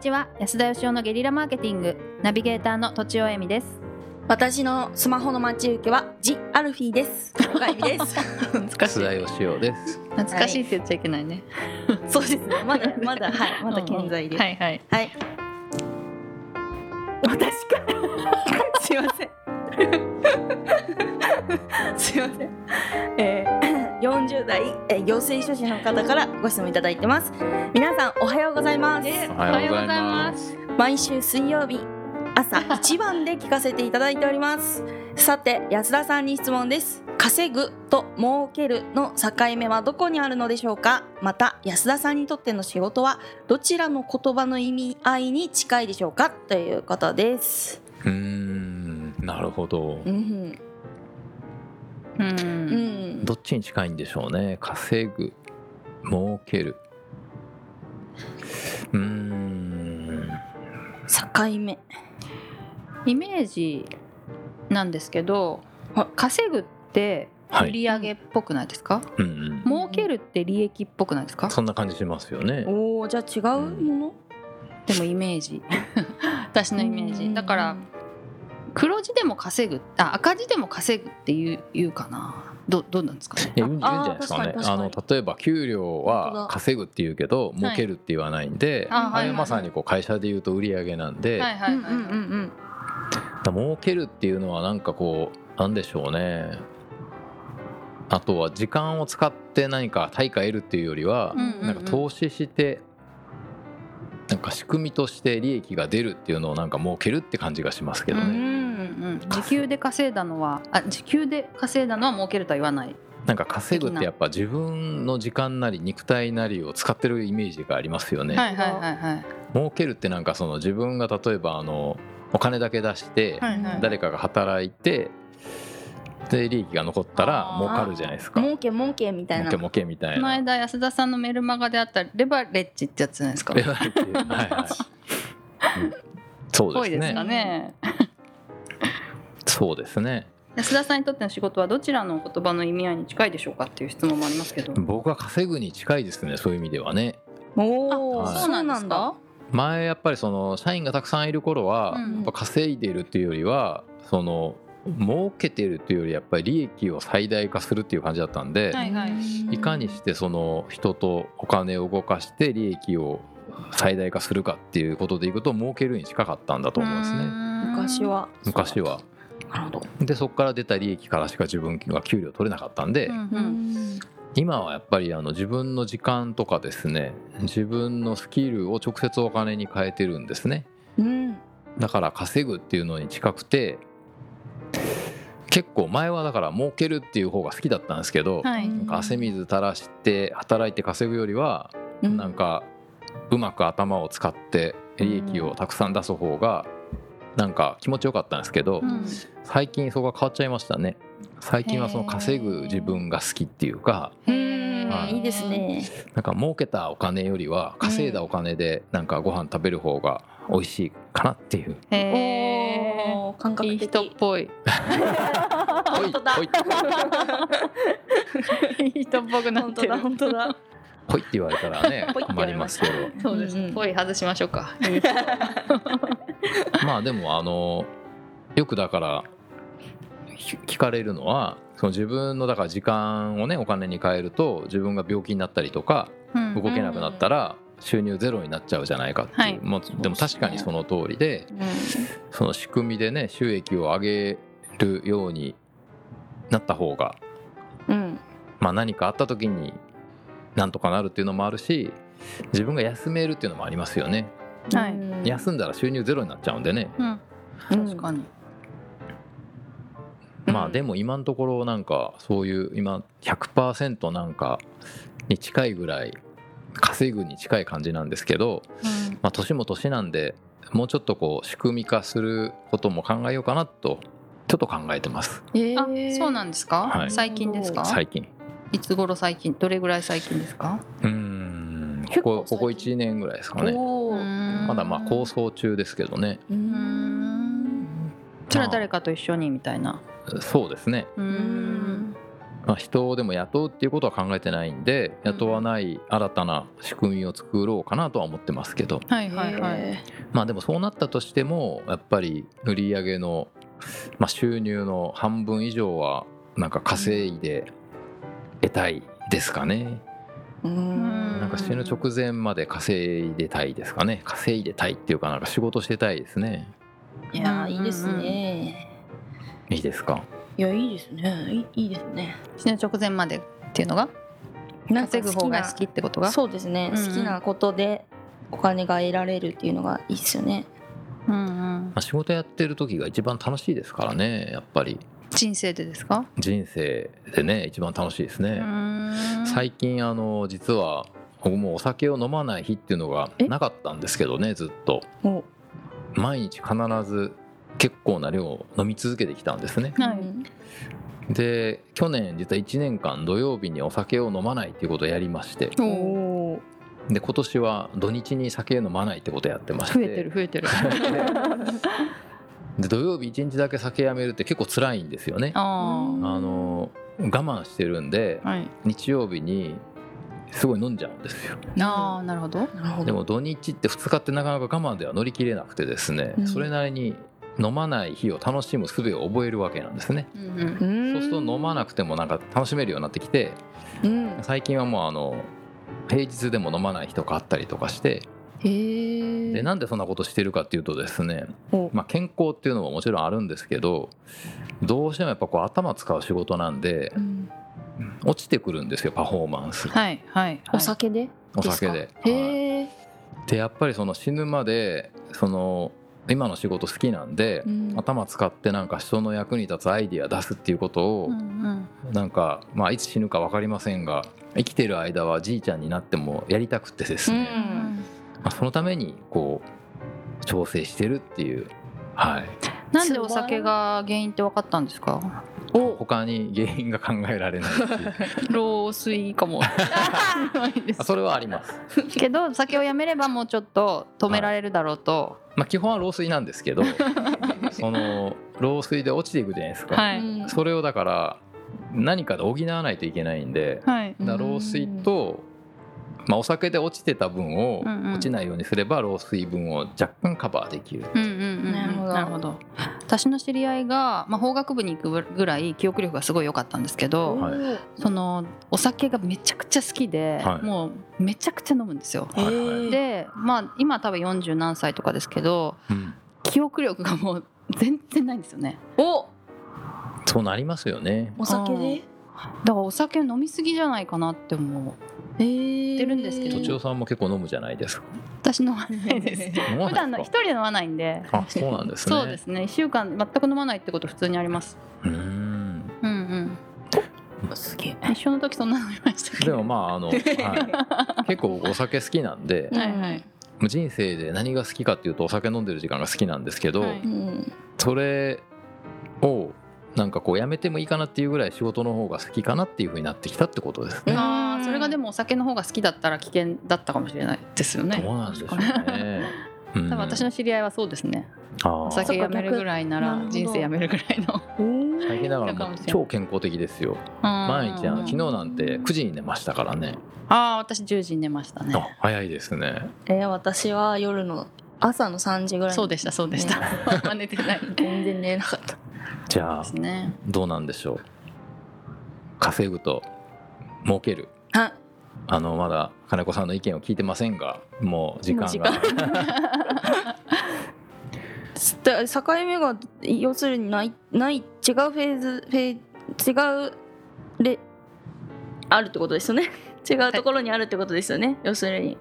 ちは安田義雄のゲリラマーケティングナビゲーターのとちおえみです私のスマホの待ち受けはジアルフィーです。岡井美です。懐須田義雄です。懐かしいって言っちゃいけないね、 そうですね。まだまだ はいまだ健在です。はいはいはい。私か。すいません。すいません。えー、40代、 えー行政書士の方からご質問いただいてます。皆さんおはようございます。おはようございます。毎週水曜日 朝一番で聞かせていただいておりますさて安田さんに質問です稼ぐと儲けるの境目はどこにあるのでしょうかまた安田さんにとっての仕事はどちらの言葉の意味合いに近いでしょうかということですうーん、なるほどう。んううんんどっちに近いんでしょうね。稼ぐ、儲ける。うーん、境目イメージなんですけどはい稼ぐっては売い、り上げっぽくないですか、うんうん、儲けるって利益っぽくないですかそんな感じしますよね。おおじゃあ違うものでもイメージ 私のイメージだから黒字でも稼ぐあ赤字でも稼ぐっていう言うかなどどうなんですかねえ言うん言うんじゃないですかあねー確かに確かあにの例えば給料本当はだ稼ぐっていうけど儲けるって言わないんで、ああはいれははいまさにこう会社で言うと売り上げなんで、はいはういんうはんういんうんだから儲けるっていうのはなんかこうなんでしょうねあとは時間を使って何か対価得るっていうよりは、うんうんなんか投資してなんか仕組みとして利益が出るっていうのをなんか儲けるって感じがしますけどうね、んうんうん時給で稼いだのはあ時給で稼いだのは儲けるとは言わないなんか稼ぐってやっぱ自分の時間なり肉体なりを使ってるイメージがありますよね、はいはいはいはい儲けるってなんかその自分が例えばあのお金だけ出してはいはい誰かが働いてで利益が残ったらあー儲かるじゃないですか儲け儲けみたいモなケモケみたいこのな。間安田さんのメルマガであったレバレッジってやつじゃないですかレバレッジはいはいうんそうぽいですです ねかねそうですね安田さんにとっての仕事はどちらの言葉の意味合いに近いでしょうかっていう質問もありますけど僕は稼ぐに近いですねそういう意味ではねおおあそうなんですか前やっぱりその社員がたくさんいる頃は、うんうんやっぱ稼いでるっていうよりはその儲けてるっていうよりやっぱり利益を最大化するっていう感じだったんで、はいいかにしてその人とお金を動かして利益を最大化するかっていうことでいくと儲けるに近かったんだと思いますね昔は昔はなるほどでそこから出た利益からしか自分が給料取れなかったんで、うんううんん今はやっぱりあの自分の時間とかですね自分のスキルを直接お金に変えてるんですねうんだから稼ぐっていうのに近くて結構前はだから儲けるっていう方が好きだったんですけど、はいなんか汗水垂らして働いて稼ぐよりはうんなんかうまく頭を使って利益をたくさん出す方がなんか気持ちよかったんですけど、うん最近そこが変わっちゃいましたね最近はその稼ぐ自分が好きっていうかうんはいいいですね。なんか儲けたお金よりは稼いだお金でなんかご飯食べる方が美味しいかなっていう、へえおおー感覚いい的。人っぽいほい 本当だほい いい人っぽくなっ本て当るだ本当だ。ほいって言われたらねほいって言困わりれまますすけそうですうんうんぽい外しましょうかどまあでもあのよくだからひ聞かれるのはその自分のだから時間をねお金に変えると自分が病気になったりとかうん動けなくなったら収入ゼロになっちゃうじゃないかっていう、はいもうでも確かにその通りでその仕組みでね収益を上げるようになった方がうんまあ、何かあった時になんとかなるっていうのもあるし自分が休めるっていうのもありますよねはいうん休んだら収入ゼロになっちゃうんでね、うん確かにまあでも今のところなんかそういう今100%なんかに近いぐらい稼ぐに近い感じなんですけど、まあ、年も年なんでもうちょっとこう仕組み化することも考えようかなとちょっと考えてますえあーそうなんですかはい最近ですか最近いつ頃最近どれぐらい最近ですかうーんこ結構こここ最近1年ぐらいですかねおーままだまあ構想中ですけどねううんんそれは誰かと一緒にみたいなそうですねううんんまあ、人をでも雇うっていうことは考えてないんで雇わない新たな仕組みを作ろうかなとは思ってますけど、はいはいはい。まあでもそうなったとしてもやっぱり売り上げの、まあ、収入の半分以上はなんか稼いで得たいですかね、ううんなんか死ぬ直前まで稼いでたいですかね稼いでたいっていうかなんか仕事してたいですねいやーいいですね。いいですかいやいいですね。いいいいですね。死ぬ直前までっていうのがなんか稼ぐ方が好きってことがそうですね。うんうん好きなことでお金が得られるっていうのがいいですよね。う、んうんま、あ、仕事やってる時が一番楽しいですからねやっぱり人生でですか人生でね一番楽しいですね、最最近あの実は僕もうお酒を飲まない日っていうのがえなかったんですけどねずっとお毎日必ず結構な量を飲み続けてきたんですねはいうんで去年実は1年間土曜日にお酒を飲まないっていうことをやりまして近おーで今年は土日に酒飲まないってことをやってまして増えてる増えてる で土曜日1日だけ酒やめるって結構辛いんですよねああの我慢してるんであはい日曜日にすごい飲んじゃうんですよああなるほどなるほでど。も土日って2日ってなかなか我慢では乗り切れなくてですね、うんそれなりに飲まない日を楽しむ術を覚えるわけなんですねうんうんそそうすると飲まなくてもなんか楽しめるようになってきてうん。最近はもうあの平日でも飲まない日とかあったりとかしてへえ。でなんでそんなことしてるかっていうとですねお、まあ、健康っていうのももちろんあるんですけどどうしてもやっぱこう頭使う仕事なんでうん落ちてくるんですよパフォーマンスはいはいお酒でおです酒かで。はいへえ。でやっぱりその死ぬまでその今の仕事好きなんで、うん頭使ってなんか人の役に立つアイディア出すっていうことを、うんうんなんか、まあ、いつ死ぬか分かりませんが生きてる間はじいちゃんになってもやりたくてですうね、んまあ、そのためにこう調整してるっていう、はい、なんでお酒が原因って分かったんですかお。他に原因が考えられ ないし老衰かも あそれはあります、けど酒をやめればもうちょっと止められるだろうとまあ、基本は老衰なんです けどその老衰で落ちていくじゃないですか、はういんそれをだから何かで補わないといけないんで、はいだから老衰と、まあ、お酒で落ちてた分をうんうん落ちないようにすれば老衰分を若干カバーできる、うんうんうんうんなるほどなるほど私の知り合いが、まあ、法学部に行くぐらい記憶力がすごい良かったんですけど、はいへそのお酒がめちゃくちゃ好きで、はいもうめちゃくちゃ飲むんですよ。え。はいはいでまあ今多分40何歳とかですけどうん記憶力がもう全然ないんですよねお。そうなりますよねお酒で。だからお酒飲みすぎじゃないかなって思うええ。てるんですけど土地さんも結構飲むじゃないですか私飲まないです飲ま普段なのい一ですか人で飲まないんであそうなんですねそうですね1週間全く飲まないってこと普通にありますうーんうんうん すげえ。一緒の時そんなの飲みましたけでどもまああ の、はい、結構僕お酒好きなんであ。はいはい人生で何が好きかっていうとお酒飲んでる時間が好きなんですけど、はいううんそれをなんかこうやめてもいいかなっていうぐらい仕事の方が好きかなっていうふうになってきたってことですね。あーそれがでもお酒の方が好きだったら危険だったかもしれないですよねどうなんでしょう確かにね。うん多分私の知り合いはそうですねあーお酒やめるぐらいなそっから逆人生やめるぐらい のおお。最近だからもう超健康的ですよ。毎日あの昨日なんて9時に寝ましたからね。ああ私10時に寝ましたねあ早いですね。えー、私は夜の朝の3時ぐらいそうでしたそうでした、あんま寝てないで全然寝れなかったじゃあすねどうなんでしょう。稼ぐと儲ける。ああのまだ金子さんの意見を聞いてませんが、も う時間もう時が。す で境目が要するにないない違うフェーズフェー違うれあるってことですよね 違うところにあるってことですよね、要するに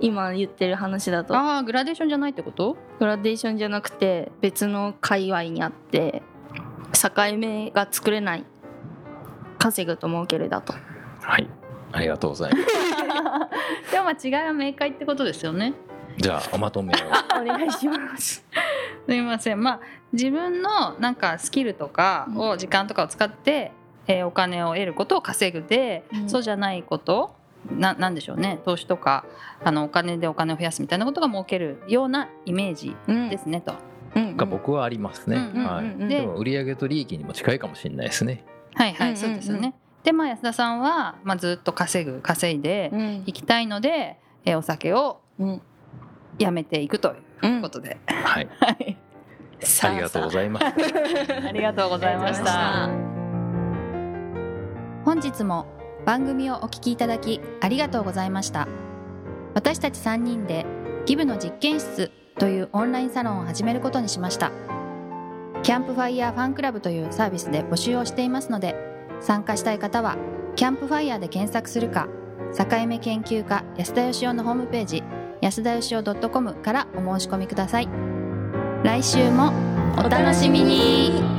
今言ってる話だとああグラデーションじゃないってことグラデーションじゃなくて別の界隈にあって境目が作れない稼ぐと儲けるだとはい。ありがとうございます。でもまあ違いは明快ってことですよねじゃあおまとめを。お願いしますすみませんまあ自分のなんかスキルとかを時間とかを使って、えーお金を得ることを稼ぐで、うんそうじゃないことななんでしょうね投資とかあのお金でお金を増やすみたいなことが儲けるようなイメージうんですねと。うんが僕はありますね。うんうんうんはい。ででも売上と利益にも近いかもしれないですね。はいはうんうんうんいそうですよね。でまあ安田さんは、まあ、ずっと稼ぐ稼いでうんいきたいので、えーお酒をうんやめていくとういうんことで、はい、 はいありがとうございます。ありがとうございました。本日も番組をお聞きいただきありがとうございました私たち3人でギブの実験室というオンラインサロンを始めることにしましたキャンプファイヤーファンクラブというサービスで募集をしていますので参加したい方はキャンプファイヤーで検索するか境目研究家安田義雄のホームページ安田義雄 .com からお申し込みください来週もお楽しみに